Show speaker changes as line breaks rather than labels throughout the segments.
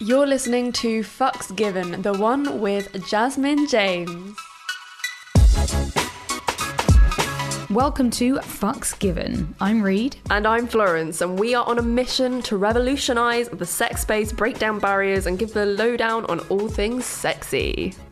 You're listening to Fucks Given, the one with Jasmine James.
Welcome to Fucks Given. I'm Reed.
And I'm Florence, and we are on a mission to revolutionise the sex space, break down barriers, and give the lowdown on all things sexy.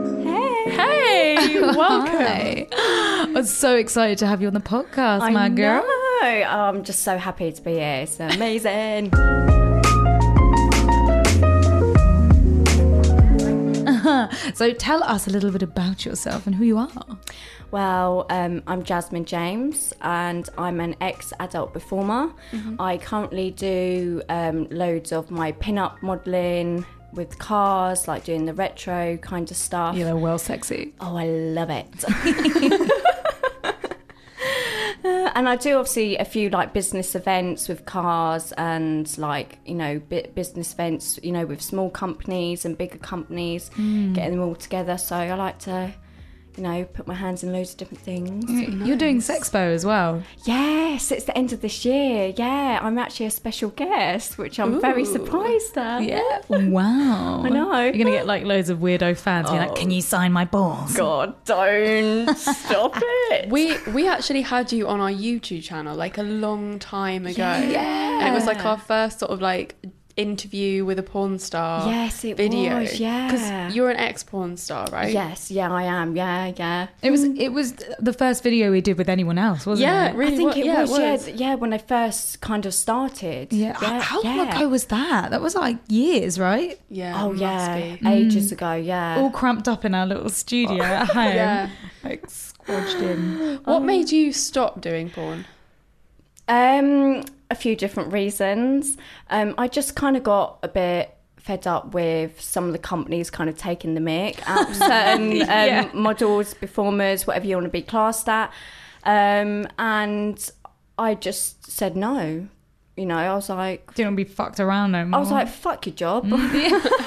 Hey! Hey! Welcome!
Hey. I'm so excited to have you on the podcast, my girl.
Know. Oh, I'm just so happy to be here. It's amazing.
So tell us a little bit about yourself and who you are.
well, um, I'm Jasmine James and I'm an ex adult performer.
Mm-hmm.
I currently do um, loads of my pin up modelling with cars, like doing the retro kind of stuff.
You're well sexy.
Oh, I love it. Uh, And I do obviously a few like business events with cars and like you know bu- business events you know with small companies and bigger companies,
Mm.
getting them all together. So I like to, you know, put my hands in loads of different things.
You're doing Sexpo as well.
Yes, it's the end of this year. Yeah, I'm actually a special guest, which I'm very surprised at.
Yeah. Wow.
I know.
You're gonna get like loads of weirdo fans being like, "Can you sign my balls?"
God, don't stop it.
We we actually had you on our YouTube channel like a long time ago. Yeah. And it was like our first sort of like interview with a porn star.
Yes, it
video.
was, yeah.
Because you're an ex porn star, right?
Yes, yeah, I am. Yeah, yeah.
It was it was the first video we did with anyone else, wasn't
Yeah,
it?
really.
I think
wa-
it,
yeah,
was, yeah, th- yeah, when I first kind of started.
Yeah. How long ago was that? That was like years, right?
Yeah.
Oh
must
yeah,
be. Mm. Oh.
ages ago. Yeah.
All cramped up in our little studio at home.
Yeah.
Like squashed in.
What made you stop doing porn?
Um, a few different reasons. Um, I just kind of got a bit fed up with some of the companies kind of taking the mick out of certain um, models, performers, whatever you want to be classed at. Um, and I just said no. You know, I was like,
Didn't want to be fucked around no more. Mm.
I was like, fuck your job.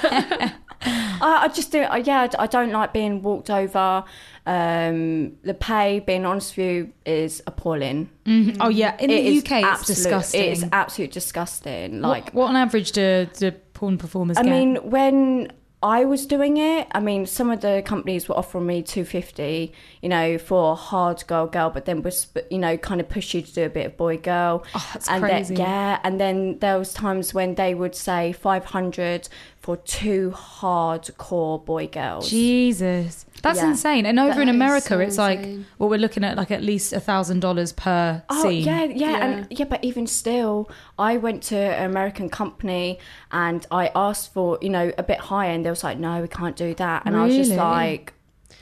I, I just do. I, yeah, I don't like being walked over. Um, the pay, being honest with you, is appalling.
Mhm. Oh yeah. In
It
the
is
UK it's
absolute-
disgusting.
It's absolute disgusting. Like,
what, what on average do, do porn performers
I
get?
mean, when I was doing it, I mean, some of the companies were offering me two fifty, you know, for hard girl girl, but then was you know kind of push you to do a bit of boy girl.
Oh, that's
and
crazy.
Then, yeah, and then there was times when they would say five hundred for two hardcore boy girls.
Jesus. That's
Yeah.
insane. And over
That
in
is
America
so
it's
insane.
like well we're looking at like at least a thousand dollars per
Oh
scene.
yeah, yeah, and yeah, but even still, I went to an American company and I asked for you know a bit higher, and they was like, no, we can't do that, and I was just
Really?
like,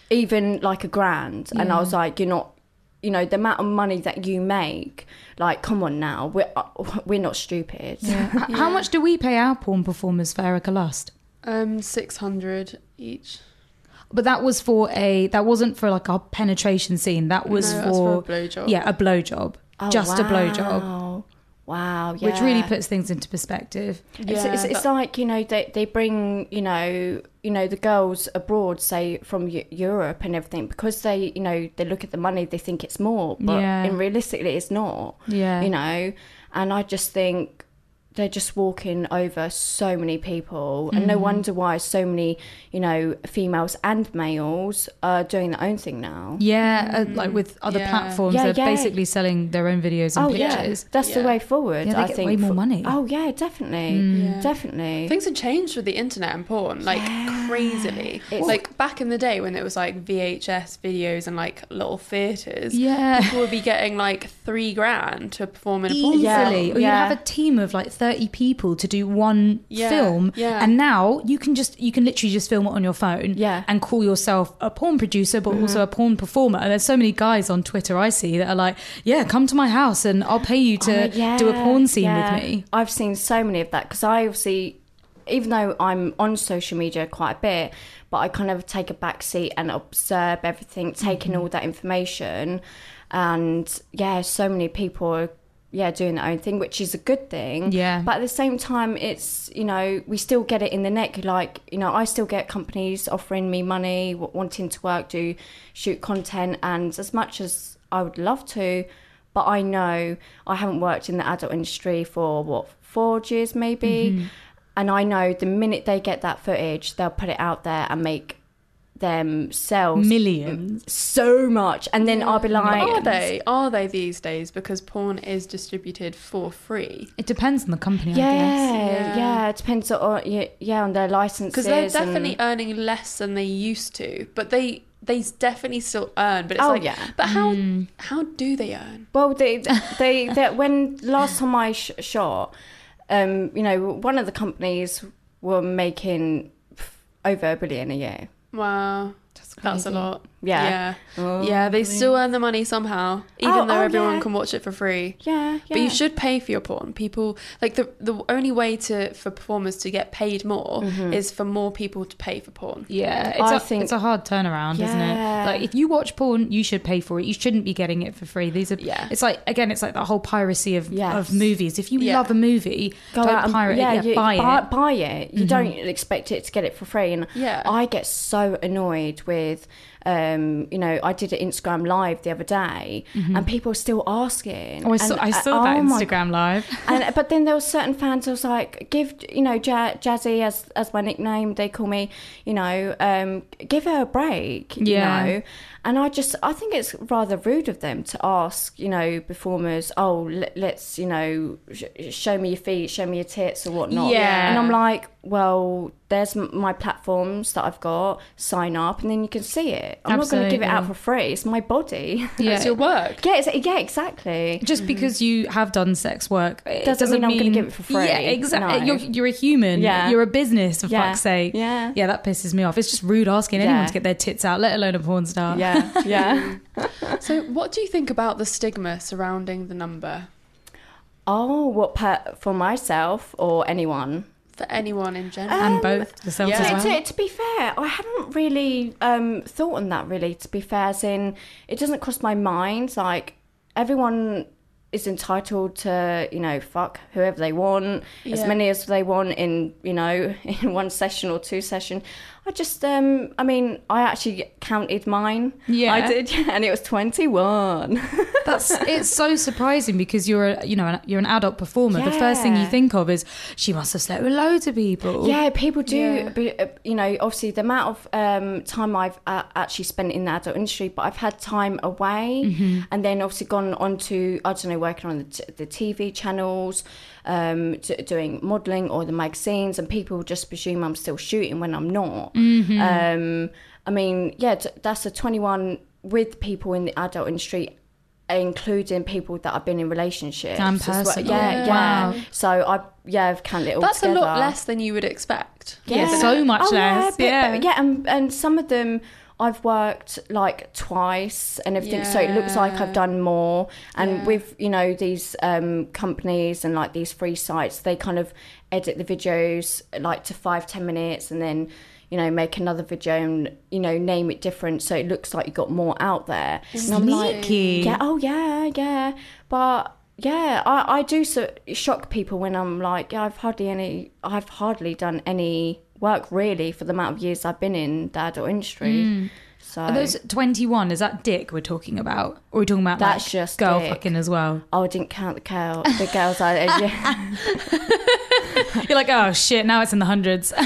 even like a grand, and I was like, you're not, you know, the amount of money that you make, like, come on now, we're uh, we're not stupid.
Yeah. H- How much do we pay our porn performers for Erica Lust?
Um, six hundred each.
But that was for a that wasn't for like our penetration scene. That was
No, that's
for,
for a blowjob.
yeah a blowjob,
Oh,
just a blowjob,
wow. Wow, yeah.
which really puts things into perspective.
it's, it's, it's like you know they, they bring you know you know the girls abroad say from Eu- Europe and everything because they you know they look at the money they think it's more but
Yeah.
in realistically it's not
Yeah.
you know and I just think they're just walking over so many people and
Mm-hmm.
no wonder why so many you know females and males are doing their own thing now
Yeah, uh, like with other
Yeah.
platforms,
Yeah,
they're
yeah.
basically selling their own videos and
oh yeah
pictures.
that's
Yeah.
the way forward
Yeah, they
I
get
think
way more
for-
money. Mm.
oh yeah definitely
Yeah.
definitely
Things have changed with the internet and porn. Like crazily.
It's-
like back in the day when it was like VHS videos and like little theatres,
Yeah.
people would be getting like three grand to perform in a porn
E, Yeah.
film.
Easily. Or Oh, you
yeah.
have a team of like 30 people to do one
Yeah,
film.
yeah.
And now you can just, you can literally just film it on your phone
Yeah. Mm-hmm.
and call yourself a porn producer, but also a porn performer. And there's so many guys on Twitter I see that are like, yeah, come to my house and I'll pay you to
Oh, yeah,
do a porn scene
yeah.
with me.
I've seen so many of that because I obviously, even though I'm on social media quite a bit, but I kind of take a back seat and observe everything, taking
Mm-hmm.
all that information, and yeah, so many people are yeah doing their own thing, which is a good thing.
Yeah.
but at the same time, it's you know we still get it in the neck. Like you know, I still get companies offering me money, w- wanting to work, do shoot content, and as much as I would love to, but I know I haven't worked in the adult industry for what four years maybe,
Mm-hmm.
and I know the minute they get that footage, they'll put it out there and make themselves
Millions.
so much, and then I'll be like,
Are they? Are they these days? Because porn is distributed for free.
It depends on the company, I guess.
Yeah,
Yeah.
yeah, It depends on yeah, yeah on their licenses.
Because they're
and-
definitely earning less than they used to, but they they definitely still earn. But it's
Oh,
like,
yeah.
but how how do they earn?
Well, they they that when last time I sh- shot, um, you know, one of the companies were making over a billion a year.
Wow, that's, a
crazy.
lot.
Yeah.
yeah, yeah. They still earn the money somehow, even
Oh,
though
oh,
everyone
yeah.
can watch it for free.
Yeah, yeah.
But you should pay for your porn. People like the the only way to for performers to get paid more
Mm-hmm.
is for more people to pay for porn.
Yeah, it's,
I
a
think-
it's a hard turnaround, isn't
Yeah.
it? Like if you watch porn, you should pay for it. You shouldn't be getting it for free. These are
Yeah.
It's like again, it's like the whole piracy of
Yes.
of movies. If you
Yeah.
love a movie,
Go out
don't
and-
pirate it. Yeah,
you-
buy,
buy,
it. Mm-hmm.
buy it. You don't expect it to get it for free. And
Yeah.
I get so annoyed with, um, you know, I did an Instagram live the other day, and people are still asking.
Mm-hmm. Oh, I saw,
and,
I
uh,
saw that
oh my
Instagram live.
and but then there were certain fans who was like, give you know ja- Jazzy as as my nickname they call me, you know, um, give her a break, you
Yeah.
know. And I just I think it's rather rude of them to ask you know performers, oh let, let's you know sh- show me your feet, show me your tits or whatnot.
Yeah.
And I'm like, well, there's m- my platforms that I've got. Sign up, and then you can see it. I'm not going to give it out
Absolutely.
for free. It's my body.
Yeah.
It's your work.
yeah, it's, yeah, exactly.
Just because you have done sex work, it
Mm-hmm. Doesn't
doesn't,
mean I'm gonna give it for free.
Yeah, exactly.
No.
You're, you're a human.
Yeah.
You're a business, for
Yeah.
fuck's sake.
Yeah.
Yeah, that pisses me off. It's just rude asking
Yeah.
anyone to get their tits out, let alone a porn star.
Yeah, yeah.
So, what do you think about the stigma surrounding the number
Oh, what per- for myself or anyone?
for anyone in general?
And
Um,
both yourselves
yeah.
as
To,
well.
to, to be fair, I haven't really um, thought on that. Really, to be fair, as in it doesn't cross my mind. Like everyone is entitled to, you know, fuck whoever they want, as
Yeah.
many as they want in, you know, in one session or two session. I just, um, I mean, I actually counted mine.
Yeah.
I did, yeah, and it was twenty-one.
That's it's so surprising because you're a you know an, you're an adult performer. The first thing you
Yeah.
think of is she must have slept with loads of people.
Yeah, people do.
Yeah.
But, uh, you know, obviously the amount of um, time I've uh, actually spent in the adult industry, but I've had time away,
Mm-hmm.
and then obviously gone on to I don't know, working on the, t- the TV channels, um, t- doing modelling or the magazines, and people just presume I'm still shooting when I'm not.
Mm-hmm.
Um, I mean, yeah, t- that's a 21 with people in the adult industry. Including people that I've been in relationships,
Damn
as well.
personal.
Yeah,
Wow.
yeah. So I, yeah, I've counted it all
Oh, That's a lot
together.
less than you would expect.
Yeah, so much less,
Oh, Yeah,
yeah.
but- but, yeah, and and some of them I've worked like twice and everything, so it looks like I've
Yeah.
done more. And
Yeah.
with you know these um, companies and like these free sites, they kind of edit the videos like to five ten minutes, and then you know make another video and you know name it different, so it looks like you got more out there. And I'm like,
Sneaky.
yeah, oh yeah, yeah. But yeah, I, I do so, shock people when I'm like, yeah, I've hardly any, I've hardly done any work really for the amount of years I've been in the adult industry. So
Mm. Are those 21, is that dick we're talking about? Or are we talking about
That's
like,
just
girl
dick.
fucking as well?
oh, I didn't count the girl, the girls. I yeah.
You're like, oh shit, now it's in the hundreds.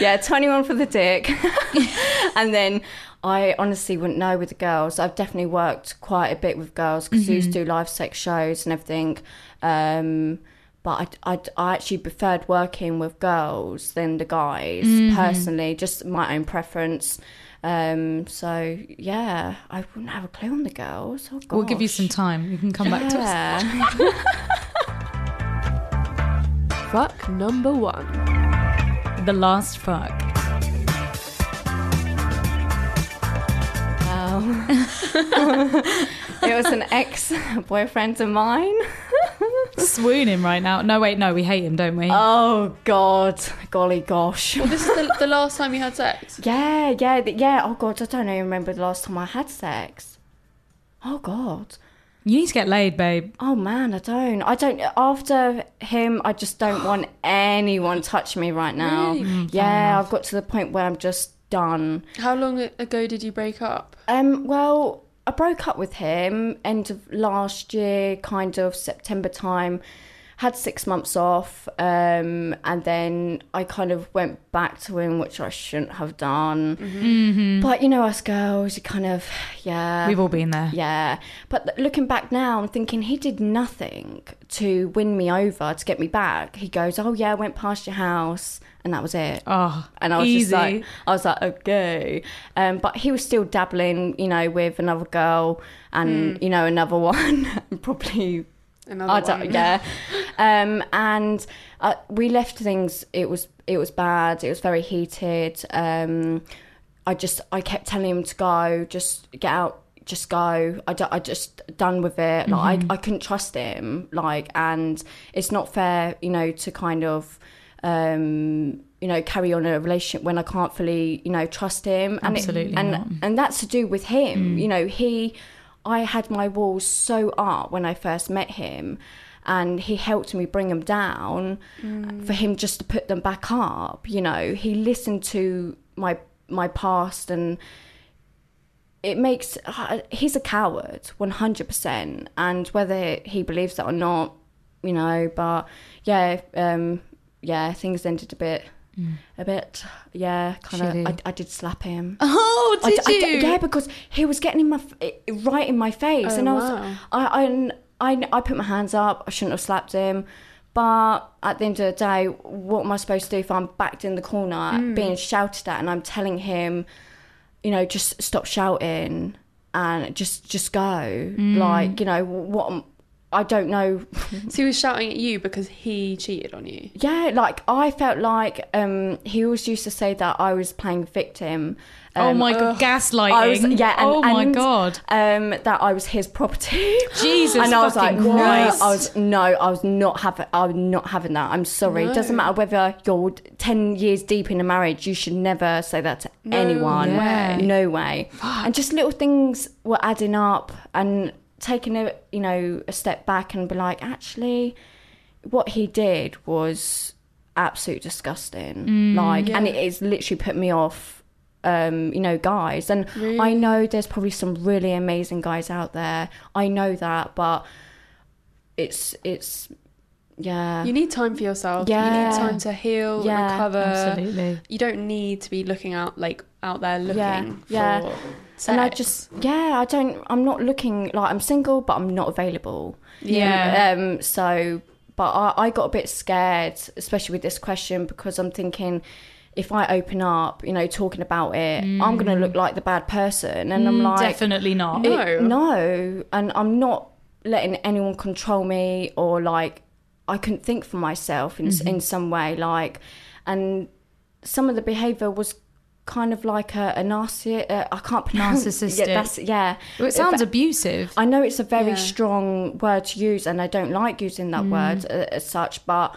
yeah, 21 for the dick. and then I honestly wouldn't know with the girls. I've definitely
Mm-hmm.
worked quite a bit with girls because I used to do live sex shows and everything. Um, But I, I, I actually preferred working with girls than the guys
Mm-hmm.
personally, just my own preference. Um, so yeah, I wouldn't have a clue on the girls. Oh,
We'll give you
gosh.
some time. You can come back to us.
Yeah.
Fuck number one.
The last fuck.
it was an ex boyfriend of mine.
Swooning right now. No, wait, no, we hate him, don't we?
Oh God, golly gosh.
Well, this is the, the last time you had sex.
Yeah, yeah, th- yeah. Oh God, I don't even remember the last time I had sex. Oh God.
you need to get laid, babe.
Oh man, I don't. I don't. After him, I just don't want anyone touch me right now. Yeah, I've got to the point where I'm just done.
How long a- ago did you break up?
Um, well, I broke up with him end of last year, kind of September time. Had six months off, um, and then I kind of went back to him, which I shouldn't have done. But you know, us girls, you kind of, yeah.
Mm-hmm. We've all been there.
Yeah. But th- looking back now, I'm thinking he did nothing to win me over, to get me back. He goes, Oh, yeah, I went past your house, and that was it.
Oh,
And I was
easy.
just like, I was like, okay. Um, but he was still dabbling, you know, with another girl and, you know, another one, probably
Hmm. Another
I
one.
don't- yeah. um, and uh, we left things. It was it was bad. It was very heated. Um, I just I kept telling him to go, just get out, just go. I, d- I just done with it. Like
Mm-hmm.
I, I couldn't trust him. Like and it's not fair, you know, to kind of. Um, you know, carry on a relationship when I can't fully, you know, trust him. And it-
Absolutely
and
not. Mm.
and that's to do with him. You know, he, I had my walls so up when I first met him, and he helped me bring them down
Mm.
for him just to put them back up. You know, he listened to my my past and it makes uh, he's a coward 100% and whether he believes that or not you know but yeah um yeah things ended a bit a bit yeah kind of
Mm. Shitty.
I, I did slap him
Oh,
I
did
d- I
you?
d- yeah, because he was getting in my f- right in my face,
Oh,
and I was,
wow.
I, I, I, I put my hands up. I shouldn't have slapped him, but at the end of the day, what am I supposed to do if I'm backed in the corner,
Mm.
being shouted at, and I'm telling him, you know, just stop shouting and just just go,
Mm.
like you know what. am- I don't know
So he was shouting at you because he cheated on you.
yeah, like I felt like um, he always used to say that I was playing victim.
oh
Um,
my god, gaslighting.
I was- yeah, and-
oh my
and-
god.
um, that I was his property.
Jesus
and I was like,
fucking
no,
Christ.
I was no, I was not having, I'm not having that. I'm sorry.
No.
Doesn't matter whether you're ten years deep in a marriage, you should never say that to anyone.
way.
No way. And just little things were adding up and taking a you know a step back and be like, actually, what he did was absolute disgusting. like, and it has literally put me off. Um, you know, guys, and I know there's probably some really amazing guys out there. I know that, but it's it's yeah,
You need time for yourself. You
Yeah.
need time to heal,
Yeah,
recover.
Absolutely.
You don't need to be looking out like out there looking
Yeah,
for
yeah.
sex.
and I just yeah, I don't. I'm not looking like I'm single, but I'm not available.
Yeah.
Um. So, but I, I got a bit scared, especially with this question, because I'm thinking. If I open up, you know, talking about it, I'm gonna look like the bad person, and I'm like,
Mm. Definitely not.
No.
It- no, and I'm not letting anyone control me or like I couldn't think for myself in
Mm-hmm.
in some way. Like, and some of the behaviour was kind of like a, a narcissist. Uh, I can't pronounce
Narcissistic.
Yeah, that's, yeah.
it sounds abusive.
I know it's a very
Yeah.
strong word to use, and I don't like using that word uh, as such. But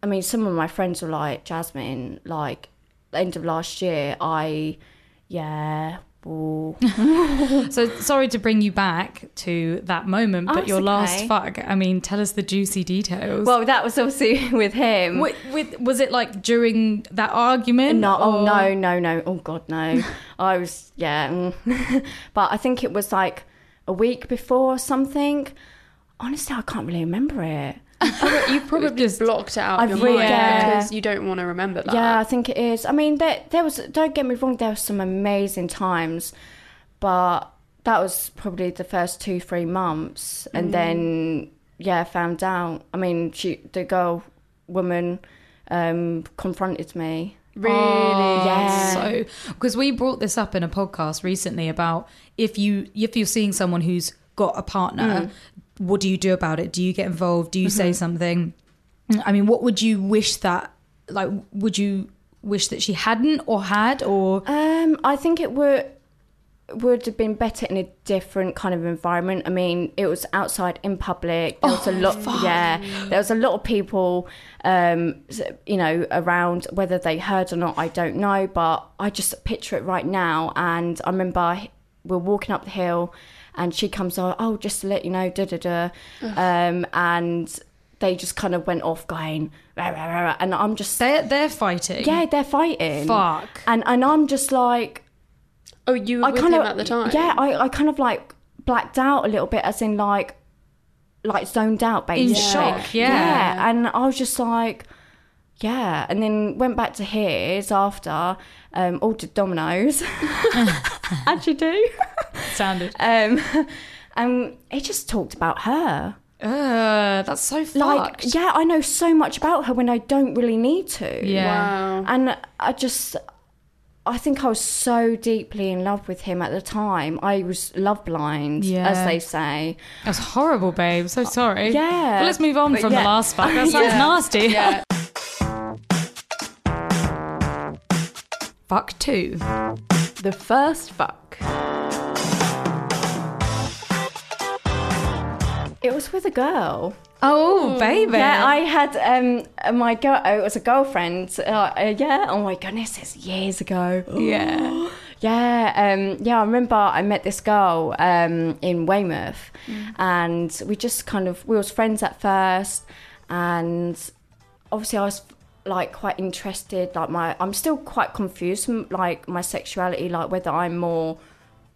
I mean, some of my friends were like Jasmine. Like, end of last year, I yeah. ooh.
So sorry to bring you back to that moment,
Oh,
but
it's
your last
okay.
fuck. I mean, tell us the juicy details.
Well, that was obviously with him.
Wi- with, was it like during that argument?
No, oh
or-
no, no, no. Oh God, no. I was yeah, mm. but I think it was like a week before or something. Honestly, I can't really remember it.
But you probably
just-
blocked it out of
I've
your
really-
mind
Yeah.
because you don't want to remember that.
Yeah, I think it is. I mean, there there was. Don't get me wrong. There were some amazing times,
Mm.
but that was probably the first two three months, and then yeah, found out. I mean, she the girl woman um, confronted me.
Really?
Oh,
Yeah.
So, because we brought this up in a podcast recently about if you if you're seeing someone who's got a
Mm.
partner, what do you do about it? Do you get involved? Do you
Mm-hmm.
say something? I mean, what would you wish that like would you wish that she hadn't or had or
Um, I think it would would have been better in a different kind of environment. I mean, it was outside in public. There was a lot, yeah. There was a lot of people, um, s- you know, around. Whether they heard or not, I don't know. But I just picture it right now, and I remember h- we're walking up the hill, and she comes on. Oh, just to let you know, da da da, um, and they just kind of went off going, rah, rah, rah, rah, and I'm just
they're they're fighting?
yeah, they're fighting.
Fuck.
And and I'm just like
Oh, you were
I
with
kind
him
of
at the time?
Yeah, I, I kind of like blacked out a little bit, as in like like zoned out,
In
basically.
shock, yeah.
yeah. And I was just like, yeah. And then went back to his after, um, ordered Dominoes. How'd you do?
Sounded.
Um, and he just talked about her.
Uh, that's so fucked.
Like, yeah, I know so much about her when I don't really need to.
yeah.
Wow.
And I just, I think I was so deeply in love with him at the time. I was love blind,
Yeah.
as they say.
That was horrible, babe. So sorry.
Yeah.
But let's move on
But
from
yeah.
the last fuck. That sounds nasty.
Yeah.
Fuck two.
The first fuck.
It was with a girl.
Oh, baby.
Yeah, I had um my girl. It was a girlfriend. Uh, uh, yeah. Oh my goodness, it's years ago.
Yeah.
Yeah, um, yeah. I remember I met this girl um, in Weymouth,
Mm.
and we just kind of we was friends at first, and obviously I was like quite interested. Like my, I'm still quite confused. m- Like my sexuality, like whether I'm more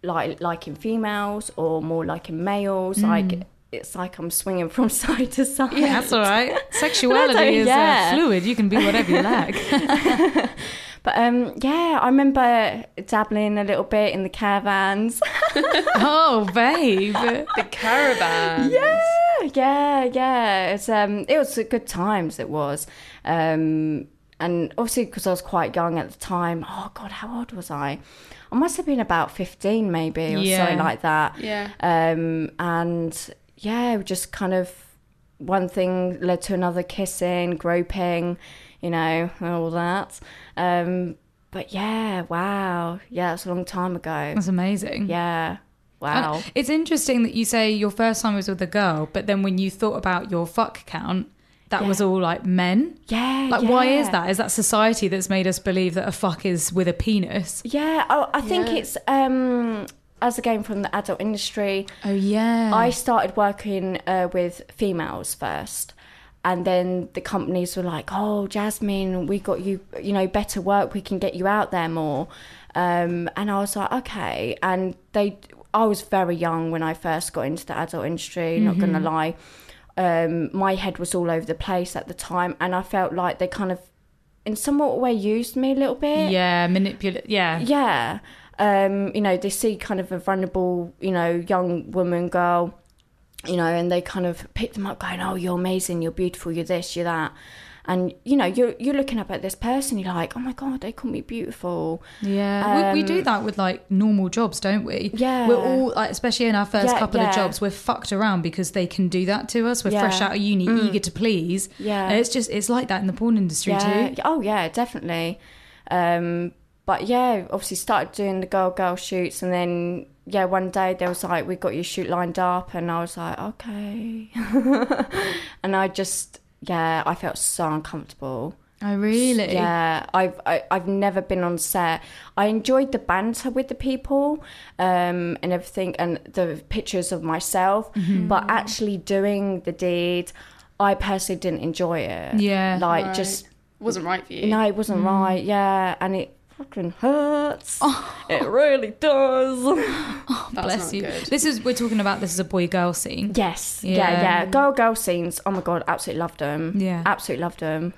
like like in females or more like in males. Like it's like I'm swinging from side to side.
Mm. Yeah, that's all right. Sexuality is
Yeah.
uh, fluid. You can be whatever you like.
But um, yeah, I remember dabbling a little bit in the caravans.
oh, babe.
The caravan.
Yeah, yeah, yeah. It's um, it was a good times. It was, um, and obviously because I was quite young at the time. Oh God, how old was I? I must have been about fifteen, maybe, or
Yeah.
something like that.
Yeah.
Um, and yeah, we just kind of one thing led to another, kissing, groping, you know, and all that. Um, but yeah, wow, yeah, that's a long time ago.
That's amazing.
Yeah,
Mm-hmm. And
wow.
It's interesting that you say your first time was with a girl, but then when you thought about your fuck count, that
Yeah.
was all like men.
Yeah,
Like, why is
yeah.
that? Is that society that's made us believe that a fuck is with a penis?
Yeah, I, I think
Yeah.
it's um, as again from the adult industry.
Oh, yeah.
I started working uh, with females first, and then the companies were like, "Oh, Jasmine, we got you, you know, better work. We can get you out there more." Um, and I was like, "Okay." And they, I was very young when I first got into the adult industry. Not gonna lie, um, my head was all over the place at the time, and I felt like they kind of, in somewhat way, used me a little bit
yeah, manipulate. Yeah.
yeah um you know they see kind of a vulnerable you know young woman girl you know and they kind of pick them up going oh you're amazing you're beautiful you're this you're that and you know you're you're looking up at this person you're like oh my god they call me beautiful
Yeah, we, we do that with like normal jobs, don't we?
Um, Yeah.
we're all like, especially in our first
Yeah,
couple
yeah.
of jobs, we're fucked around because they can do that to us. We're
Yeah. Mm.
fresh out of uni, eager to please.
Yeah.
and it's just it's like that in the porn industry
yeah
too.
oh yeah definitely um but yeah obviously started doing the girl girl shoots and then yeah one day there was like we got your shoot lined up and i was like okay and i just yeah i felt so uncomfortable
Oh, really?
Yeah, I've I, I've never been on set. I enjoyed the banter with the people um, and everything, and the pictures of myself. But actually doing the deed, I personally didn't enjoy it.
Yeah.
like
Right.
just
Wasn't right for you.
no, it wasn't right. Yeah, and it fucking hurts. It really does.
That's
Bless
not
you.
good.
Oh, This is we're talking about. This is a boy girl scene.
Yes. Yeah.
Yeah.
yeah, Girl, girl scenes. Oh my god, absolutely loved them.
Yeah.
absolutely loved them.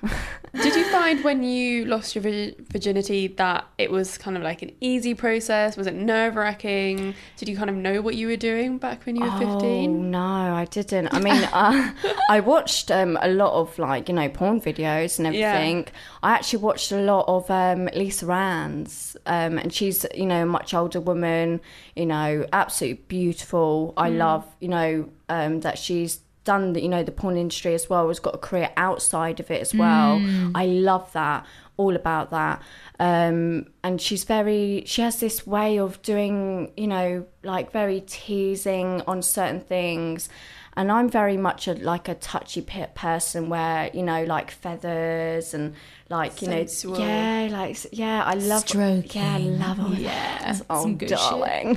Did you find when you lost your vir- virginity that it was kind of like an easy process? Was it nerve wracking? Did you kind of know what you were doing back when you were
Oh,
15?
no, I didn't. I mean, uh, I watched um, a lot of like you know porn videos and
Yeah.
everything. I actually watched a lot of um, Lisa Rand's, um, and she's you know a much older woman. You know, absolutely beautiful. I love you know um, that she's done the, you know the porn industry as well. Has got a career outside of it as well. I love that. All about that, um, and she's very. She has this way of doing, you know, like very teasing on certain things, and I'm very much a, like a touchy pe- person where you know like feathers and like you
Sensual.
know yeah like s- yeah I love yeah I
Stroking.
love all yeah that. oh
some good shit.
darling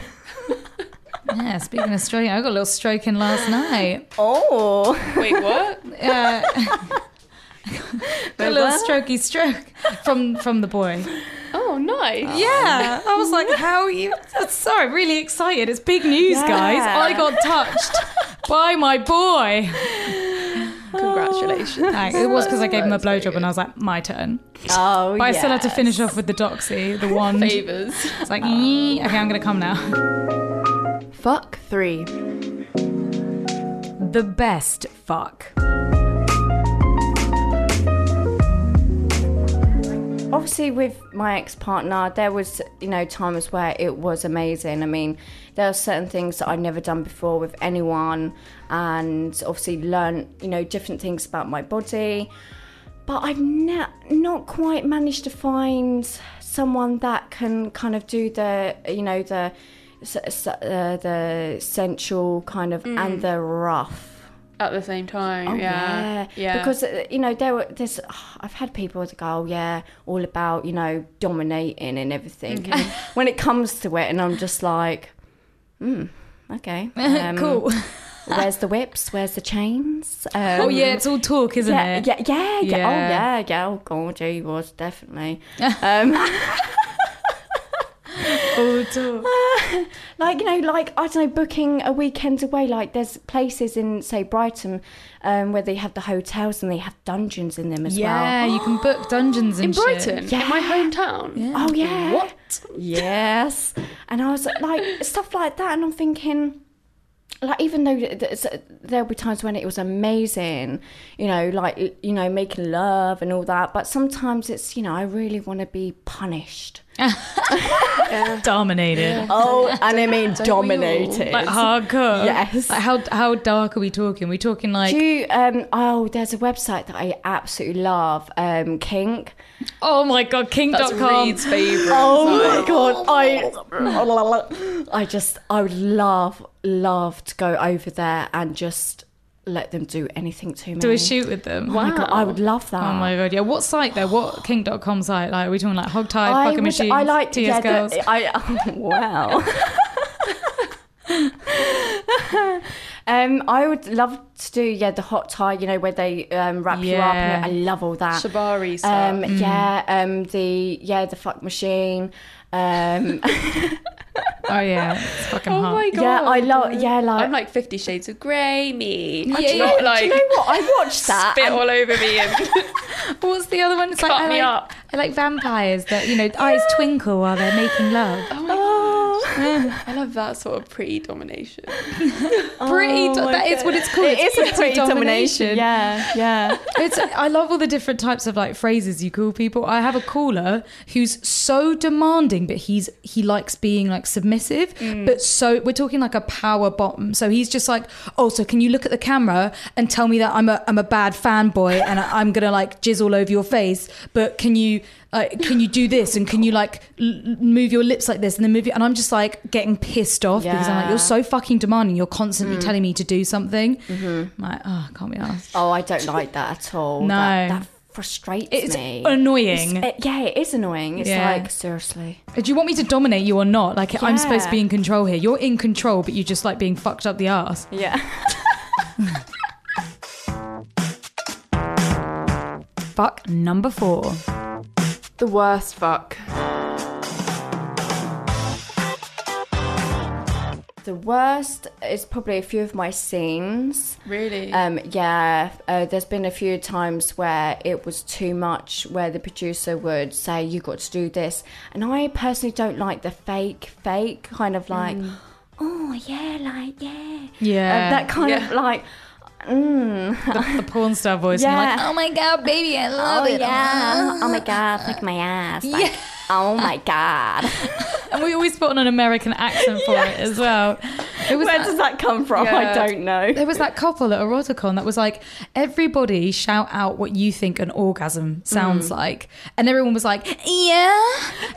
Yeah. Speaking of stroking, I got a little stroking last night.
oh
Wait, what?
Yeah. got a little strokey stroke from from the boy.
Oh, nice.
Yeah, I was like, how are you? Sorry, really excited. It's big news, guys.
Yeah.
I got touched by my boy.
Ah,
Congratulations.
Like, it was because I gave him a
That's very
blowjob and I was like, my turn.
oh
But I still had to
yes.
finish off with the doxy, the wand. It's
Favors.
like, "Ee, okay, I'm going to come now.
Fuck three.
The best fuck.
obviously with my ex-partner there was you know times where it was amazing i mean there are certain things that i'd never done before with anyone and obviously learn you know different things about my body but i've na- not quite managed to find someone that can kind of do the you know the s- s- uh, the sensual kind of and the rough
At the same time.
Oh,
yeah.
Because uh, you know there were there's I've had people that go, oh, yeah, all about you know dominating and everything. And
Mm-hmm.
when it comes to it, and I'm just like, hmm, okay, um,
cool.
Where's the whips? Where's the chains? Um,
oh, yeah, it's all talk, isn't
yeah,
it?
yeah, yeah, yeah,
Yeah.
Oh yeah, yeah. Oh god, he was definitely. um,
All talk.
like you know like i don't know booking a weekend away like there's places in say brighton um, where they have the hotels and they have dungeons in them as
Yeah,
well
you can book dungeons and
in
shit.
Brighton,
Yeah.
in my hometown.
oh yeah
What?
yes and i was like stuff like that and i'm thinking like even though th- th- there'll be times when it was amazing you know like you know making love and all that but sometimes it's you know i really want to be punished
Dominated.
oh and i mean
all?
Like hardcore.
Yes.
Like how how dark are we talking? we talking like
Do you, um, oh, there's a website that I absolutely love, um, Kink.
oh my god,
That's
king.com.
Reed's favourite.
Oh my god, I, I just, I would love, love to go over there and just let them do anything to me.
Do a shoot with them.
Oh my God, I would love that.
Oh my god, yeah. What site though? What king.com site? Like, are we talking like hog tie,
I,
fucking
would,
machines,
I like
TS
yeah,
girls?
the- I, wow. um, I would love to do yeah the hot tie, you know, where they um, wrap you up.
Yeah. Mm.
And I love all that.
Shibari stuff.
Um, Yeah, um, the yeah the fuck machine. Um,
oh yeah, it's fucking
Oh
hot.
my god.
uh-huh. yeah, I love. Yeah, like,
I'm like Fifty Shades of Grey, me.
Yeah,
I'm just
yeah.
not
Do
like
do you know what? I watched that. um,
spit
and-
all over me and
What's the other one? It's like,
Cut
I
me
like
up.
I like vampires that you know eyes twinkle while they're making love.
Oh my gosh. I love that sort of pretty domination.
pretty.
Oh
Do-
my
that is what it's called.
It is a pretty
domination.
domination. Yeah, yeah.
It's, I love all the different types of like phrases you call people. I have a caller who's so demanding, but he's he likes being like submissive, but so we're talking like a power bottom. So he's just like, oh, so can you look at the camera and tell me that I'm a I'm a bad fanboy and I, I'm gonna like jizz all over your face, but can you like can you do this and can you like l- l- move your lips like this and then move your, and I'm just like getting pissed off because I'm like
Yeah.
you're so fucking demanding. You're constantly telling me to do something. I'm like oh, can't be asked.
Oh, I don't like that at all.
No.
that, that frustrates
It's
me.
annoying.
It's- it- yeah, it is annoying. It's
Yeah.
like seriously.
Do you want me to dominate you or not? Like I'm supposed to be
Yeah.
in control here. You're in control, but you just like being fucked up the ass.
Yeah.
Fuck number four.
The worst fuck.
the worst is probably a few of my scenes.
Really?
Um, yeah, uh, there's been a few times where it was too much, where the producer would say, "You got to do this," and I personally don't like the fake, fake kind of like, "Oh yeah, like yeah,"
Yeah.
Uh, that kind of
Yeah.
like, mm,
the, the porn star voice. and you're
Yeah.
like, oh my god, baby, I love
"Oh
it.
yeah, oh my god, like my ass," like, "Oh my god."
And we always put on an American accent for it as well. It was
Where does that come from?
Yeah.
I don't know.
there was that couple at Eroticon that was like, everybody shout out what you think an orgasm sounds like. And everyone was like, yeah.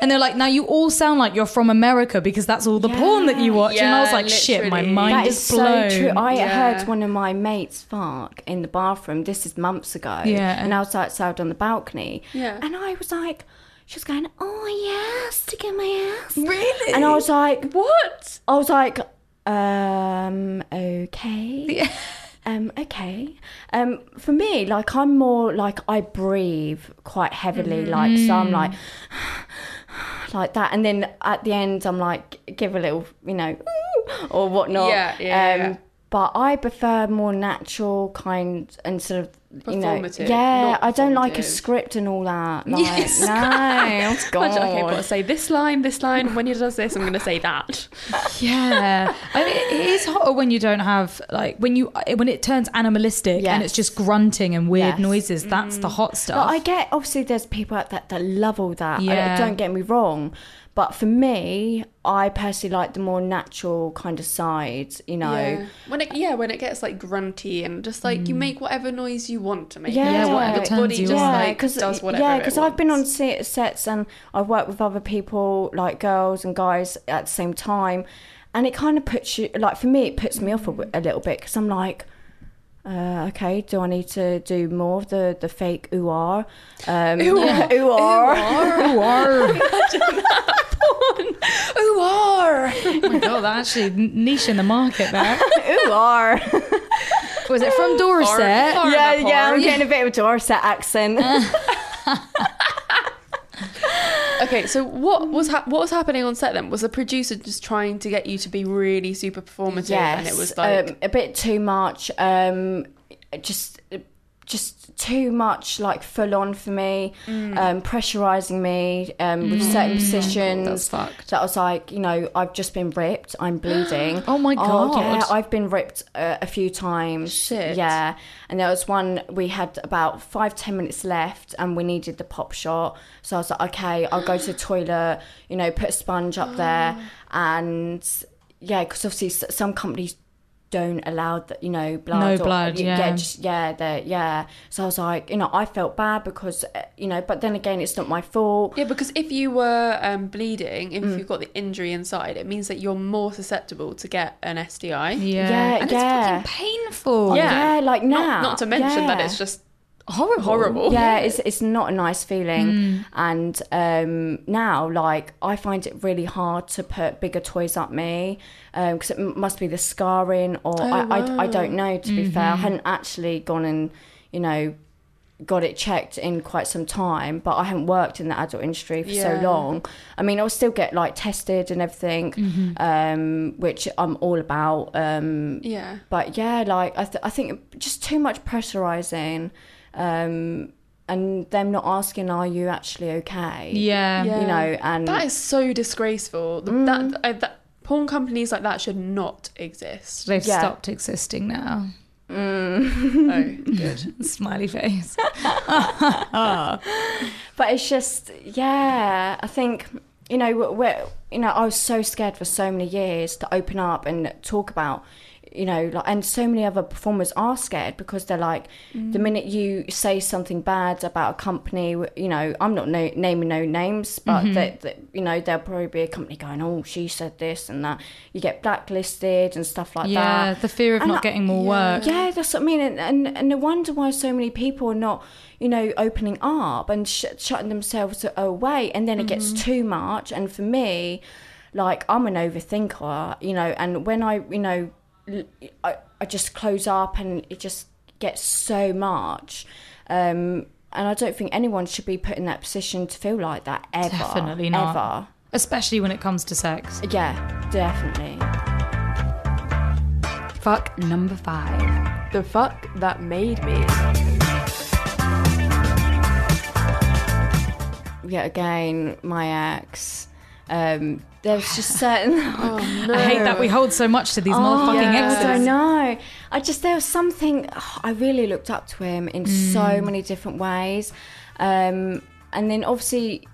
And they're like, now you all sound like you're from America because that's all the porn that you watch. and I was
Yeah,
like, shit, my
literally.
mind
That
is,
is
blown.
so true. I
Yeah.
heard one of my mates fart in the bathroom. This is months ago.
Yeah.
And I was outside on the balcony.
Yeah.
And I was like, she was going, oh yeah, stick in my ass.
really?
And I was like,
what?
I was like, um, okay. Um, okay. Um, for me, like I'm more like I breathe quite heavily,
Mm-hmm.
like so
Mm.
I'm like like that, and then at the end I'm like give a little, you know, or whatnot. Um,
Yeah, yeah, yeah, yeah.
But I prefer more natural kind and sort of you know,
Performative,
yeah.
not
I don't like a
performative.
script and all that. Like,
Yes.
no, oh it's gone.
Imagine, okay, I've got to say this line, this line. When he does this, I'm going to say that.
Yeah, I mean, it is hotter when you don't have like when you when it turns animalistic and
Yes.
it's just grunting and weird
Yes.
noises. That's the hot
But
stuff.
I get obviously there's people out there that love all that. I-
Yeah.
don't get me wrong, but for me, I personally like the more natural kind of side. You know,
Yeah. When it yeah, when it gets like grunty and just like you make whatever noise you want to make.
Yeah. Yeah,
Just
whatever
your
turns
body
you
just
on.
like does whatever.
yeah,
it
because I've been on
wants.
se- sets and I've worked with other people like girls and guys at the same time, and it kind of puts you like for me it puts me off a, w- a little bit because I'm like. Uh, okay, do I need to do more of the, the fake ooh ah? Um,
Ooh ah.
yeah, ooh ah.
Ooh, arr.
Ooh, are.
oh my god, that actually niche in the market there.
Ooh ah.
Was it from Dorset?
Arr.
Yeah,
Horrible
yeah, I'm
porn.
getting a bit of a Dorset accent.
Okay, so what was hap what was happening on set then? Was the producer just trying to get you to be really super performative, and it was like
um, a bit too much. Um, just, just too much, like full on for me,
Mm.
um, pressurizing me um, with certain positions.
Oh, That's fucked.
That was like, you know, I've just been ripped. I'm bleeding.
Oh my God.
yeah, I've been ripped uh, a few times.
Shit.
Yeah, and there was one we had about five ten minutes left, and we needed the pop shot. So I was like, okay, I'll go to the toilet. You know, put a sponge up there, and yeah, because obviously s- some companies don't allow that you know blood
No
or-
blood,
y-
yeah.
yeah just yeah they're- yeah so i was like you know i felt bad because uh, you know but then again it's not my fault
yeah, because if you were um, bleeding,
Mm.
if you've got the injury inside, it means that you're more susceptible to get an STI.
Yeah,
Yeah,
and
yeah.
it's fucking painful.
Yeah.
yeah, like now
Not, not to mention that
yeah.
it's just
horrible.
horrible. Mm.
yeah, it's it's not a nice feeling. And um, now, like, I find it really hard to put bigger toys up me because it m- must be the scarring, or
Oh,
I, I I don't know. To be fair, I
Mm-hmm.
hadn't actually gone and you know got it checked in quite some time, but I hadn't worked in the adult industry for
Yeah.
so long. I mean, I'll still get like tested and everything,
Mm-hmm.
um, which I'm all about. Um,
Yeah.
but yeah, like I, th- I think just too much pressurizing, um, and them not asking, "Are you actually okay?"
Yeah.
Yeah.
you know, and
That is so disgraceful. The-
Mm.
That, I, that porn companies like that should not exist.
They've
Yeah.
stopped existing now.
oh, good.
Smiley face.
but it's just yeah, I think you know we're, we're you know I was so scared for so many years to open up and talk about you know like and so many other performers are scared because they're like the minute you say something bad about a company you know i'm not no, naming no names but that, that you know there'll probably be a company going oh she said this and that you get blacklisted and stuff like that
yeah, the fear of
And
not
I-
getting more work.
yeah, that's what I mean, and, and and no wonder why so many people are not, you know, opening up and sh- shutting themselves away, and then it gets
Mm-hmm.
too much. And for me, like I'm an overthinker, you know, and when I, you know, l- I, I just close up and it just gets so much. Um, and I don't think anyone should be put in that position to feel like that ever.
Definitely not.
Ever.
Especially when it comes to sex.
Yeah, definitely.
Fuck number five.
The fuck that made me.
Yet again, my ex. Um, there's just certain.
Oh, no.
I hate that we hold so much to these motherfucking
yeah.
exes.
Oh, I know. I just there was something oh, I really looked up to him in so many different ways, um, and then obviously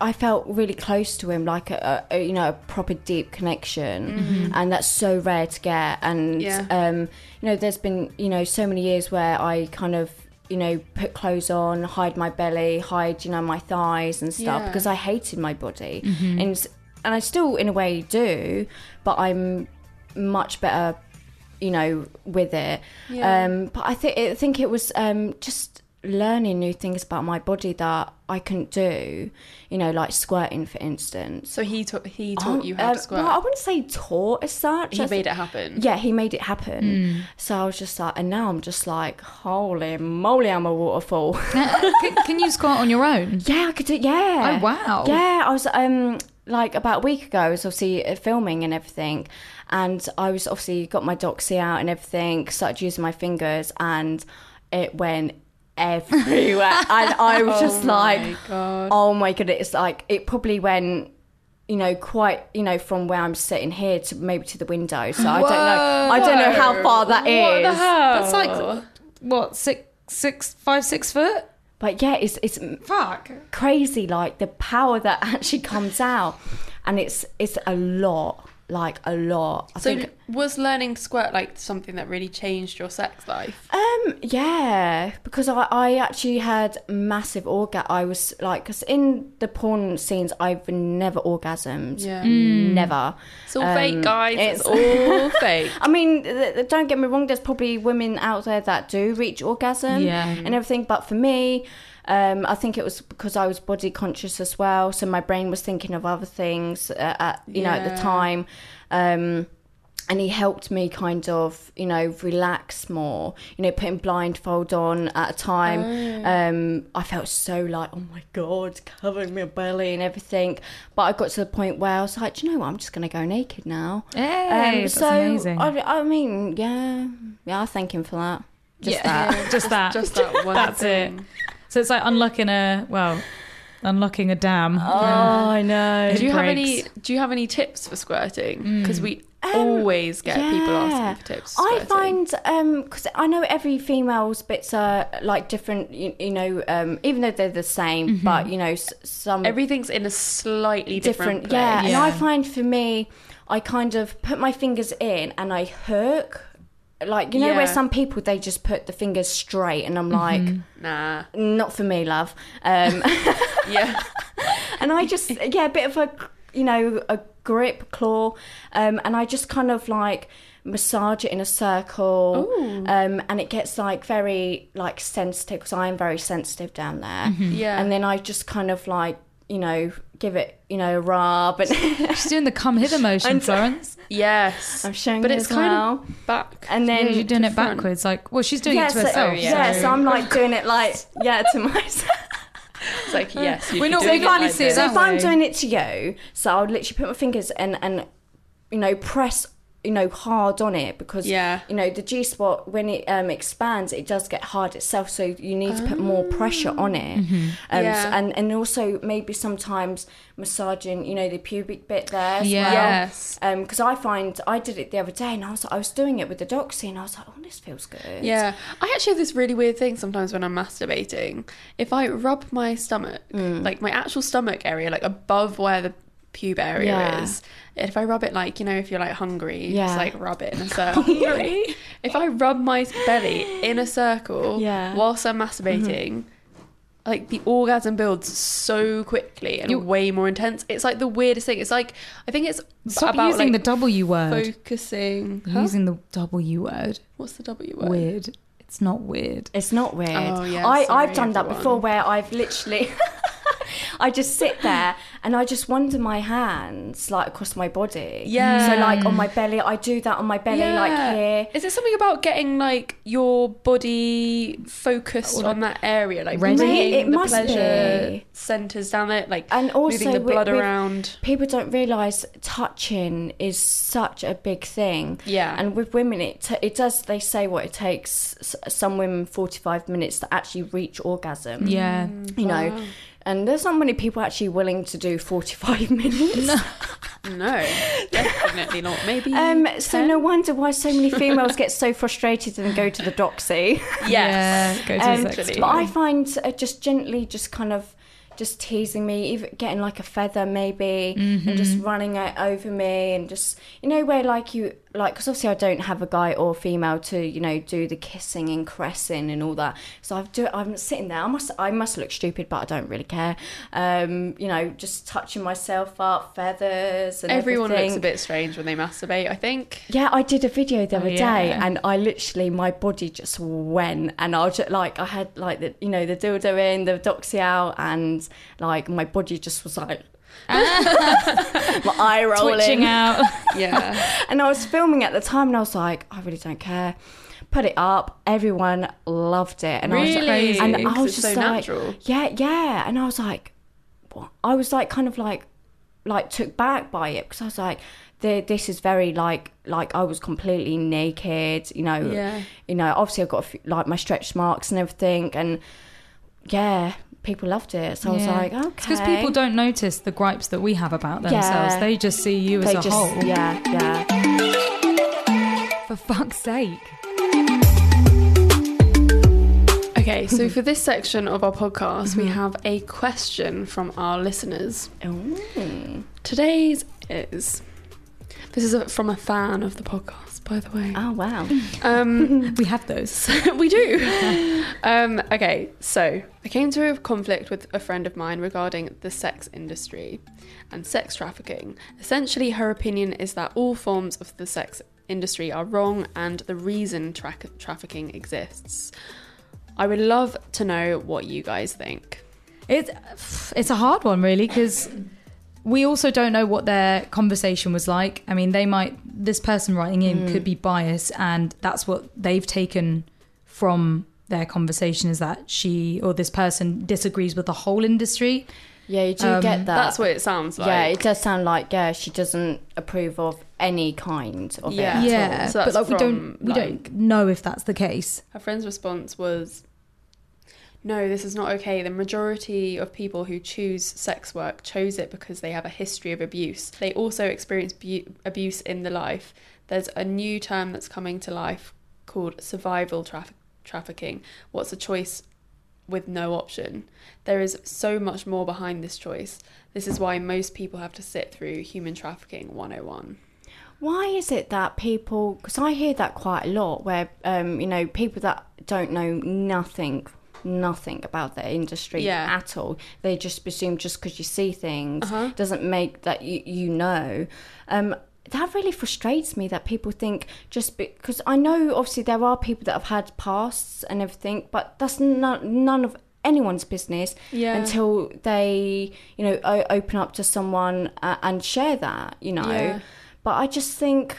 I felt really close to him, like a, a you know a proper deep
Mm.
connection, and that's so rare to get. And
Yeah.
um, you know, there's been you know so many years where I kind of you know put clothes on, hide my belly, hide you know my thighs and stuff
Yeah. Mm-hmm.
because I hated my body, and s- and I still in a way do, but I'm much better you know, with it.
Yeah.
Um, but I think I think it was um, just learning new things about my body that I couldn't do. You know, like squirting, for instance.
So he taught he taught you how
Um,
to squirt.
Well, I wouldn't say taught as such.
he
I
made
think-
it Mm. happen.
Yeah, he made it happen. So I was just like, and now I'm just like, holy moly, I'm a waterfall.
can, can you squirt on your own?
yeah, I could do. Yeah.
Oh wow.
Yeah, I was um like about a week ago. I was obviously uh, filming and everything, and I was obviously got my doxy out and everything. Started using my fingers, and it went everywhere, and I was just like,
Oh my God.
oh my god, it's like it probably went. You know, quite. You know, from where I'm sitting here to maybe to the window. So I don't know. I don't know how far that is.
What the hell?
That's
Oh.
like what six six five six foot.
But yeah, it's it's
Fuck.
Um, crazy like the power that actually comes out and it's it's a lot like a lot i
so
think
was learning to squirt like something that really changed your sex life?
um yeah because i i actually had massive orga i was like because in the porn scenes i've never orgasmed
Yeah. Hmm.
never
It's all
Mm. Um,
fake, guys. It's,
it's-
all fake.
I mean, th- th- don't get me wrong. There's probably women out there that do reach orgasm
Yeah.
and everything, but for me, um, I think it was because I was body conscious as well, so my brain was thinking of other things. Uh, at, you know, at
Yeah.
the time, um, and he helped me kind of, you know, relax more. You know, putting blindfold on at a time. Um, I felt so like, oh my god, covering my belly and everything. But I got to the point where I was like, do you know what? I'm just gonna go naked now.
Hey,
Um,
that's
so
amazing.
I, I mean, yeah, yeah. I thank him for that. Just
yeah.
that.
just that.
Just that one.
That's it.
thing.
So it's like unlocking a well, unlocking a dam.
I know.
It
Do you have
breaks.
any? Do you have any tips for squirting? Because we always get people
yeah.
asking for tips. For
I
squirting.
find um because I know every female's bits are like different. You, you know, um even though they're the same, but you know s- some
everything's in a slightly different.
different.
place.
yeah. and
Yeah.
I find for me, I kind of put my fingers in and I hook. Like you know where
Yeah.
some people they just put the fingers straight, and I'm like,
Nah.
not for me, love. Um,
Yeah.
and I just yeah, a bit of a you know a grip claw, um, and I just kind of like massage it in a circle, um, and it gets like very like sensitive because I am very sensitive down there,
Yeah.
and then I just kind of like you know give it you know a rub and
She's doing the come hither motion, Florence.
yes.
I'm showing
But
you
it's
as
kind
well.
of back.
and then
You're doing it
Different.
backwards. Like, well, she's doing
yeah,
it to
so, oh,
herself.
yeah,
so-
so I'm like doing it like yeah to myself.
It's like yes.
We're not-
We
we
can't
can't
like
see it
this.
So
that
if I'm
way.
doing it to you, so I'll literally put my fingers and and you know press you know hard on it because
Yeah.
you know the G spot when it um, expands it does get hard itself so you need to put more pressure on it um,
Mm-hmm. Yeah.
so- and and also maybe sometimes massaging you know the pubic bit there as
Yeah.
well.
Yes.
because I find I did it the other day and I was I was doing it with the doxy and I was like oh this feels good
Yeah, I actually have this really weird thing sometimes when I'm masturbating. If I rub my stomach,
Mm.
like my actual stomach area, like above where the pube area
Yeah.
is, if I rub it, like you know, if you're like hungry, you just
Yeah.
like rub it in a circle. if I rub my belly in a circle
Yeah.
whilst I'm masturbating. Like the orgasm builds so quickly and
Mm-hmm. You-
way more intense. It's like the weirdest thing. It's like I think it's
Stop
about
using the
like
W word.
focusing.
You're
Huh?
Using the W word.
What's the W word?
Weird. It's not weird.
It's not weird.
Oh, yeah,
I,
sorry,
I've done that
everyone.
before where I've literally. I just sit there and I just wander my hands like across my body.
Yeah.
So like on my belly, I do that on my belly, like here.
Is there something about getting like your body focused on that area, like
Ready?
bringing
Oh, It
the
must
pleasure
be.
centers down there, like
And also
moving the
with-
blood
with-
around?
People don't realise touching is such a big thing.
Yeah.
And with women, it t- it does. They say what it takes. s- Some women forty five minutes to actually reach orgasm.
Yeah.
You know.
Wow.
And there's not many people actually willing to do 45 minutes.
No, definitely not. Maybe.
Um, so no wonder why so many females get so frustrated and go to the doxy.
yes.
Yeah, go to the
Um,
sex
Literally.
but I find uh, just gently, just kind of, just teasing me, even getting like a feather maybe, and
Mm-hmm.
just running it over me, and just you know where like you like because obviously I don't have a guy or female to you know do the kissing and caressing and all that. So I do. I'm sitting there. I must. I must look stupid, but I don't really care. Um, you know, just touching myself up, feathers, and
Everyone
everything.
looks a bit strange when they masturbate. I think.
Yeah, I did a video
Oh,
the other
yeah.
day, and I literally my body just went, and I was just, like, I had like the you know the dildo in, the doxy out, and like my body just was like my eye
Twitching
rolling,
out.
Yeah.
and I was filming at the time, and I was like, I really don't care. Put it up. Everyone loved it, and I was like,
Really?
and I
Because
was
it's
just
so
like,
natural.
yeah, yeah, and I was like, what? I was like, kind of like, like took back by it because I was like, the, this is very like, like I was completely naked, you know,
Yeah.
you know. Obviously, I've got a few, like my stretch marks and everything, and yeah, people loved it. So I was
Yeah.
like, okay,
It's because people don't notice the gripes that we have about themselves.
Yeah.
They just see you as
They
a
just-
whole.
yeah, yeah.
For fuck's sake.
Okay, so for this section of our podcast,
Mm-hmm.
we have a question from our listeners.
Ooh.
Today's is this is a, from a fan of the podcast, by the way.
Oh wow.
Um,
We have those.
we do. um, okay, so I came to a conflict with a friend of mine regarding the sex industry and sex trafficking. Essentially, her opinion is that all forms of the sex industry are wrong and the reason tra- trafficking exists. I would love to know what you guys think.
It's it's a hard one really because we also don't know what their conversation was like. I mean, they might this person writing in
Mm.
could be biased, and that's what they've taken from their conversation is that she or this person disagrees with the whole industry.
Yeah, you
Um,
do get that.
That's what it sounds like.
yeah, it does sound like yeah, she doesn't approve of any kind of
Yeah.
it. at all.
all. So that's
but like we
from,
don't we
like-
don't know if that's the case.
Her friend's response was, No, this is not okay. The majority of people who choose sex work chose it because they have a history of abuse. They also experience bu- abuse in the life. There's a new term that's coming to life called survival traffic- trafficking. What's a choice with no option? There is so much more behind this choice. This is why most people have to sit through Human Trafficking 101.
Why is it that people? Because I hear that quite a lot, where um, you know people that don't know nothing, nothing about their industry
Yeah.
at all. They just assume just because you see things doesn't make that you you know. Um, that really frustrates me that people think just because I know obviously there are people that have had pasts and everything, but that's not none of anyone's business
Yeah.
until they you know o- open up to someone uh, and share that you know
Yeah.
but I just think,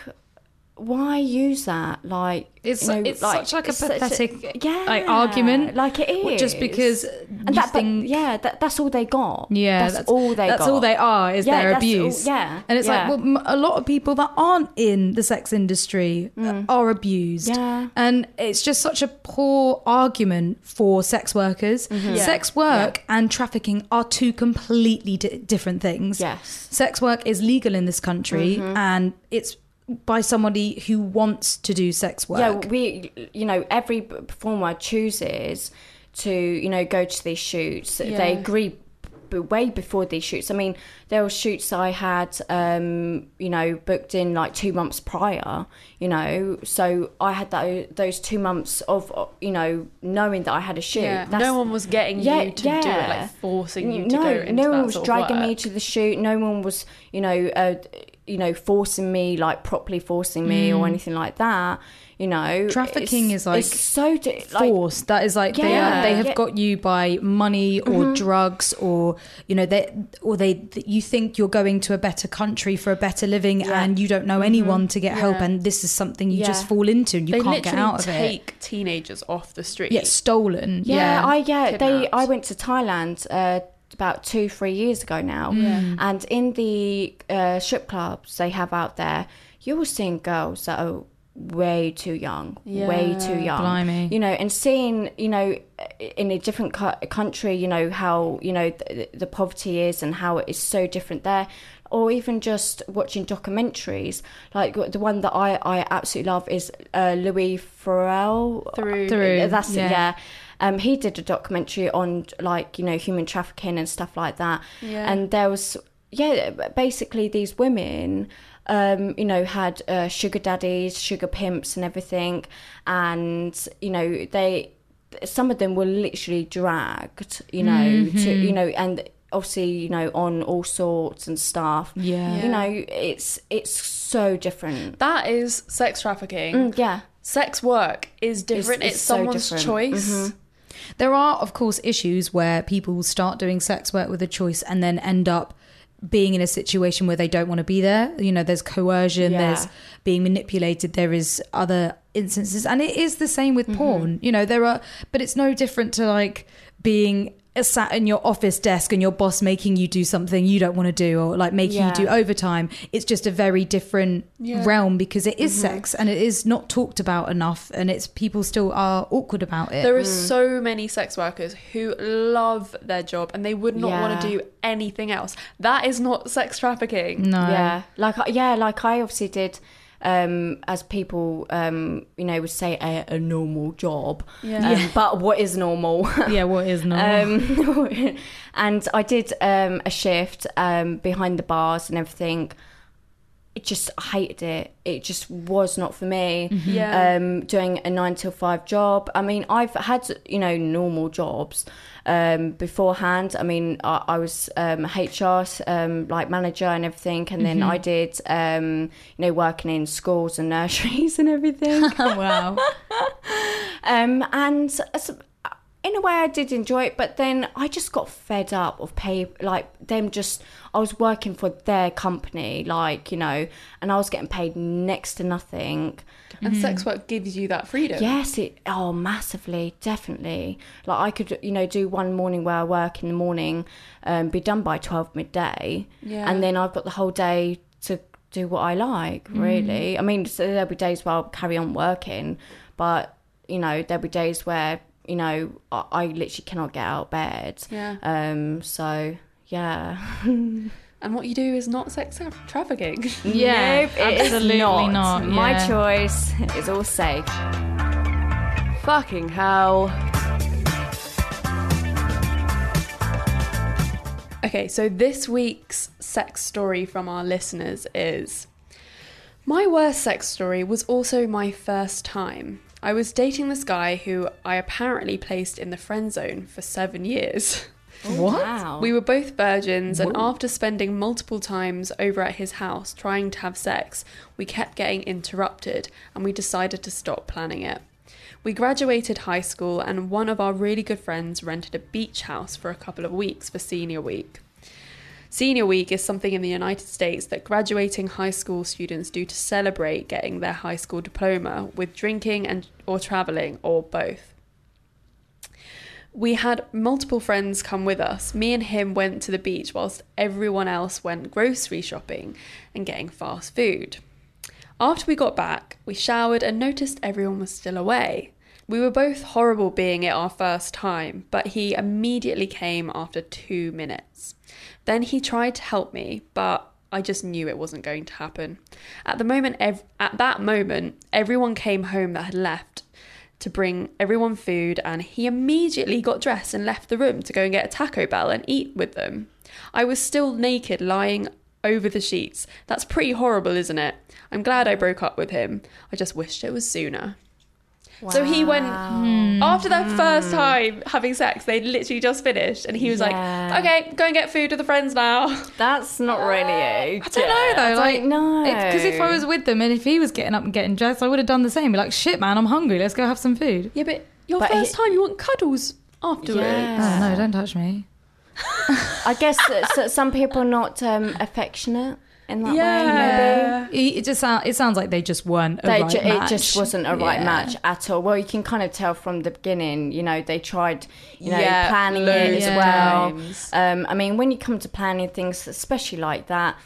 why use that? Like
It's
you know,
it's such like a
it's such
pathetic
yeah
like argument.
Like it
Well,
is
just because
and
you
that, but
think-
yeah, that, that's all they got.
Yeah,
that's, all they
That's
got.
all they are is
Yeah,
their
that's all-
abuse.
yeah,
and it's like
yeah.
well, m- a lot of people that aren't in the sex industry uh, are abused.
Mm. Yeah.
and it's just such a poor argument for sex workers.
Mm-hmm.
Sex work and trafficking are two completely di- different things.
Yes.
sex work is legal in this country,
Mm-hmm.
and it's by somebody who wants to do sex work.
Yeah, we you know every performer chooses to you know go to these shoots. They
Yeah.
agree b- way before these shoots. I mean, there were shoots I had um, you know booked in like two months prior. You know, so I had that, those two months of uh, you know knowing that I had a shoot.
Yeah,
That's-
no one was getting
Yeah,
you to do it,
yeah.
like forcing you to
no,
go into
no
that
one was
sort of
dragging
work.
me to the shoot. No one was, you know, uh, you know, forcing me, like properly forcing me
Mm.
or anything like that. You know,
Trafficking
it's-
is, like,
it's so di- like
force that is like
Yeah,
they, are, they have
yeah. Mm-hmm.
got you by money or drugs or you know they or they th- you think you're going to a better country for a better living
Yeah. Mm-hmm.
and you don't know anyone to get help
Yeah.
and this is something you just
Yeah.
fall into and you
they
can't get
literally
out of it
take teenagers off the street.
yeah it's stolen
Yeah, I yeah, they
Kidnapped.
I went to Thailand uh, about two three years ago now,
Mm.
and in the uh, strip clubs they have out there, you will seeing girls that are way too young, way too young.
Blimey.
You know, and seeing you know in a different cu- country, you know how you know the, the poverty is and how it is so different there. Or even just watching documentaries, like the one that I, I absolutely love is uh, Louis Farrell
through.
Through.
uh, That's
yeah.
it, yeah. Um, he did a documentary on like you know human trafficking and stuff like that.
Yeah.
And there was yeah, basically these women, um, you know, had uh, sugar daddies, sugar pimps, and everything, and you know they some of them were literally dragged, you know, to
Mm-hmm.
you know and. Obviously, you know, on all sorts and stuff.
Yeah.
you know, it's it's so different.
That is sex trafficking.
Mm, yeah,
Sex work is different. It's,
it's so
someone's
different. Mm-hmm.
choice.
There are, of course, issues where people start doing sex work with a choice and then end up being in a situation where they don't want to be there. You know, there's coercion,
Yeah.
there's being manipulated, there is other instances. And it is the same with
Mm-hmm.
porn. You know, there are, but it's no different to like being sat in your office desk and your boss making you do something you don't want to do or like making
Yeah.
you do overtime. It's just a very different
Yeah.
realm because it
Mm-hmm.
is sex and it is not talked about enough and it's people still are awkward about it.
There are
Mm-hmm.
so many sex workers who love their job and they would not want to
Yeah.
do anything else. That is not sex trafficking.
no.
yeah like I- yeah like i obviously did um as people um you know would say a, a normal job
Yeah.
Um, but what is normal
yeah, what is normal?
um and i did um a shift um behind the bars and everything it just I hated it it just was not for me
Mm-hmm. Yeah.
um doing a nine till five job i mean i've had you know normal jobs um beforehand i mean i, I was um hr um like manager and everything and then i did um you know working in schools and nurseries and everything
wow.
um, and as, in a way, I did enjoy it, but then I just got fed up of pay like them. Just I was working for their company, like you know, and I was getting paid next to nothing.
And sex
mm-hmm.
work gives you that freedom.
Yes, it oh massively, definitely. Like I could, you know, do one morning where I work in the morning, um, be done by twelve midday,
Yeah.
and then I've got the whole day to do what I like.
Mm.
Really, I mean, so there'll be days where I'll carry on working, but you know, there'll be days where you know I, I literally cannot get out of bed.
Yeah.
Um. So yeah.
And what you do is not sex tra- trafficking.
Yeah,
Nope, it is
absolutely
not.
not,
My
yeah.
choice. It's all safe.
Fucking hell.
Okay, so this week's sex story from our listeners is My worst sex story was also my first time. I was dating this guy who I apparently placed in the friend zone for seven years.
What?
Wow.
We were both virgins, and after spending multiple times over at his house trying to have sex, we kept getting interrupted and we decided to stop planning it. We graduated high school, and one of our really good friends rented a beach house for a couple of weeks for senior week. Senior week is something in the United States that graduating high school students do to celebrate getting their high school diploma with drinking and or traveling or both. We had multiple friends come with us. Me and him went to the beach whilst everyone else went grocery shopping and getting fast food. After we got back, we showered and noticed everyone was still away. We were both horrible being it our first time, but he immediately came after two minutes. Then he tried to help me, but I just knew it wasn't going to happen. At the moment, ev- at that moment, everyone came home that had left to bring everyone food, and he immediately got dressed and left the room to go and get a Taco Bell and eat with them. I was still naked, lying over the sheets. That's pretty horrible, isn't it? I'm glad I broke up with him. I just wished it was sooner. So he went
Wow. Hmm.
after their first time having sex. They literally just finished, and he was
Yeah.
like, "Okay, go and get food with the friends now."
That's not really you.
I don't know though. like,
no,
because if I was with them and if he was getting up and getting dressed, I would have done the same. Be like, shit, man, I'm hungry. Let's go have some food.
Yeah, but your
But
first
he-
time, you want cuddles afterwards.
Yeah.
Oh, no, don't touch me.
I guess that, so- some people are not um, affectionate in that way. Maybe.
Yeah.
It, it just sound, it sounds like they just weren't a
They
right
ju- it
match.
just wasn't a right
Yeah.
match at all. Well, you can kind of tell from the beginning. You know, they tried, you know,
Yeah,
planning it
loads
as
of
well.
times.
Um, I mean, when you come to planning things, especially like that,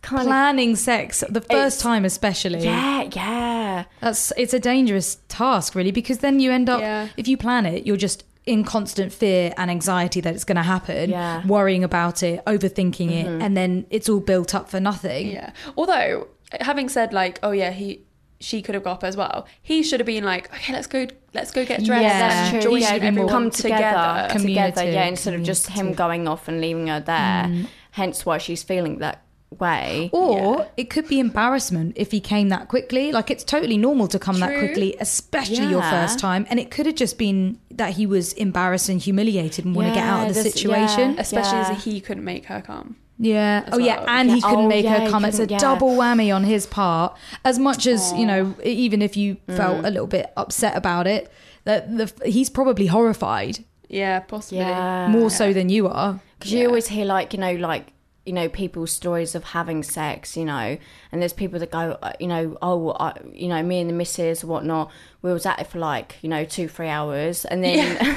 kind
Planning sex the first
It's-
time,
of
especially.
yeah, yeah.
That's it's a dangerous task, really, because then you end up
Yeah.
if you plan it, you're just in constant fear and anxiety that it's going to happen,
Yeah. Mm-hmm.
worrying about it, overthinking it, and then it's all built up for nothing.
Yeah. Although, having said like, oh yeah, he she could have got up as well. He should have been like, okay, let's go, let's go get dressed.
Yeah,
and
That's true.
Join
yeah,
everyone
come together,
together.
together.
Community,
Yeah, instead of just him
community.
going off and leaving her there. Hence why she's feeling that way.
Or it could be embarrassment if he came that quickly. Like it's totally normal to come that
True.
quickly, especially your
Yeah.
first time. And it could have just been that he was embarrassed and humiliated and want to get out of the
Yeah, this-
situation.
yeah.
Especially as he couldn't make her come.
Yeah.
as
Oh, yeah.
well.
And he
Yeah.
couldn't
Oh,
make
yeah,
her
he
come. It's a
couldn't- yeah.
double whammy on his part. As much as you know, e-, even if you felt
Mm.
a little bit upset about it, that the he's probably horrified
Yeah, possibly.
yeah,
more so than you are.
Because you always hear like you know like you know people's stories of having sex, you know, and there's people that go uh, you know oh I, you know me and the missus or whatnot we was at it for like you know two three hours and then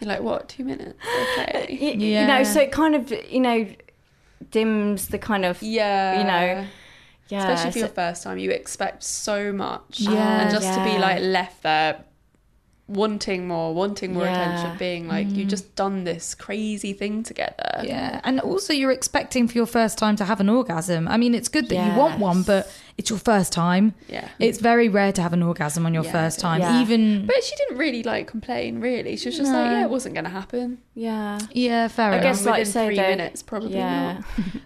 You're like, what? Two minutes? Okay.
y- you
Yeah.
know so it kind of you know dims the kind of
Yeah.
You know, yeah
Especially for
so-
your first time, you expect so much.
Yeah.
And just to be
Yeah.
like left there wanting more, wanting more
Yeah. Mm.
attention, being like, you just done this crazy thing together.
Yeah. And also, you're expecting for your first time to have an orgasm. I mean, it's good that you want one,
Yes.
but it's your first time.
Yeah.
It's very rare to have an orgasm on your
Yeah.
first time.
Yeah.
Even.
But she didn't really like complain, really. She was just like,
No.
yeah, it wasn't going to happen.
yeah
yeah, fair
I
enough.
guess
guess, like,
within
say
three
they-
minutes, probably
yeah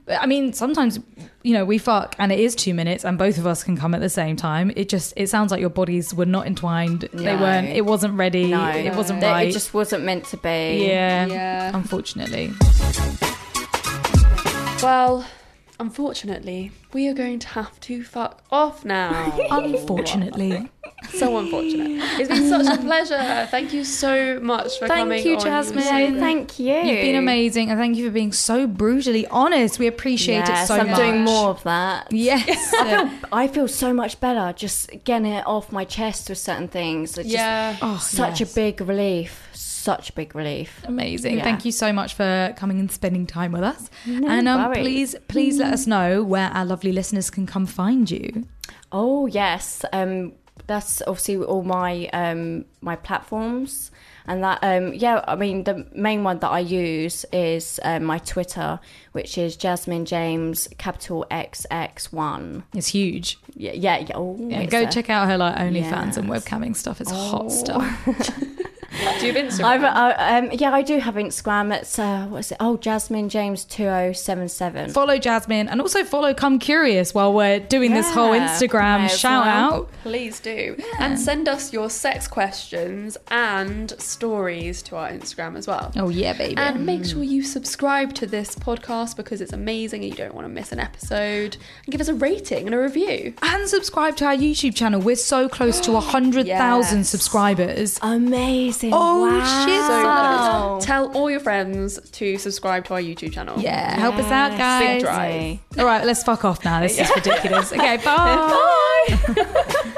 not.
I mean, sometimes you know we fuck, and it is two minutes, and both of us can come at the same time. It just it sounds like your bodies were not entwined. They
No.
weren't. It wasn't ready.
no
It wasn't
That-
right.
it just wasn't meant to be
yeah.
Yeah.
Unfortunately,
Well, unfortunately, we are going to have to fuck off now.
unfortunately,
so unfortunate. It's been such a pleasure. Thank you so much for coming.
thank you,
on.
Jasmine.
so thank you
You've been amazing, and thank you for being so brutally honest. We appreciate
yes,
it so
I'm
much.
doing more of that
Yes.
I feel so much better just getting it off my chest with certain things. It's
Yeah.
Oh,
just such
yes.
a big relief. Such a big relief.
Amazing.
Yeah.
Thank you so much for coming and spending time with us. and um,
worries. Mm.
please, please let us know where our lovely listeners can come find you.
Oh yes. Um that's obviously all my um my platforms. And that um yeah, I mean the main one that I use is um, my Twitter, which is Jasmine James capital XX one.
It's huge.
Yeah, yeah, yeah. Oh,
Yeah,
it's
go
a-
check out her like OnlyFans
Yes. Oh,
and webcamming stuff. It's hot stuff.
Do you have Instagram?
I've, I, um, yeah, I do have Instagram. It's uh, what's it? Oh, Jasmine James two oh seven seven.
Follow Jasmine and also follow Come Curious while we're doing this whole
Yeah,
Instagram
may as
shout
well.
out.
Oh, Please do. And send us your sex questions and stories to our Instagram as well.
Oh yeah, baby.
And make sure you subscribe to this podcast because it's amazing and you don't want to miss an episode. And give us a rating and a review.
and subscribe to our YouTube channel. We're so close to 100,000
Yes.
subscribers.
Amazing.
Oh,
wow.
shit.
So
Wow.
tell all your friends to subscribe to our YouTube channel.
Yeah, help us out,
Big
guys.
drive.
All right, let's fuck off now. This is ridiculous. Okay, bye.
Bye.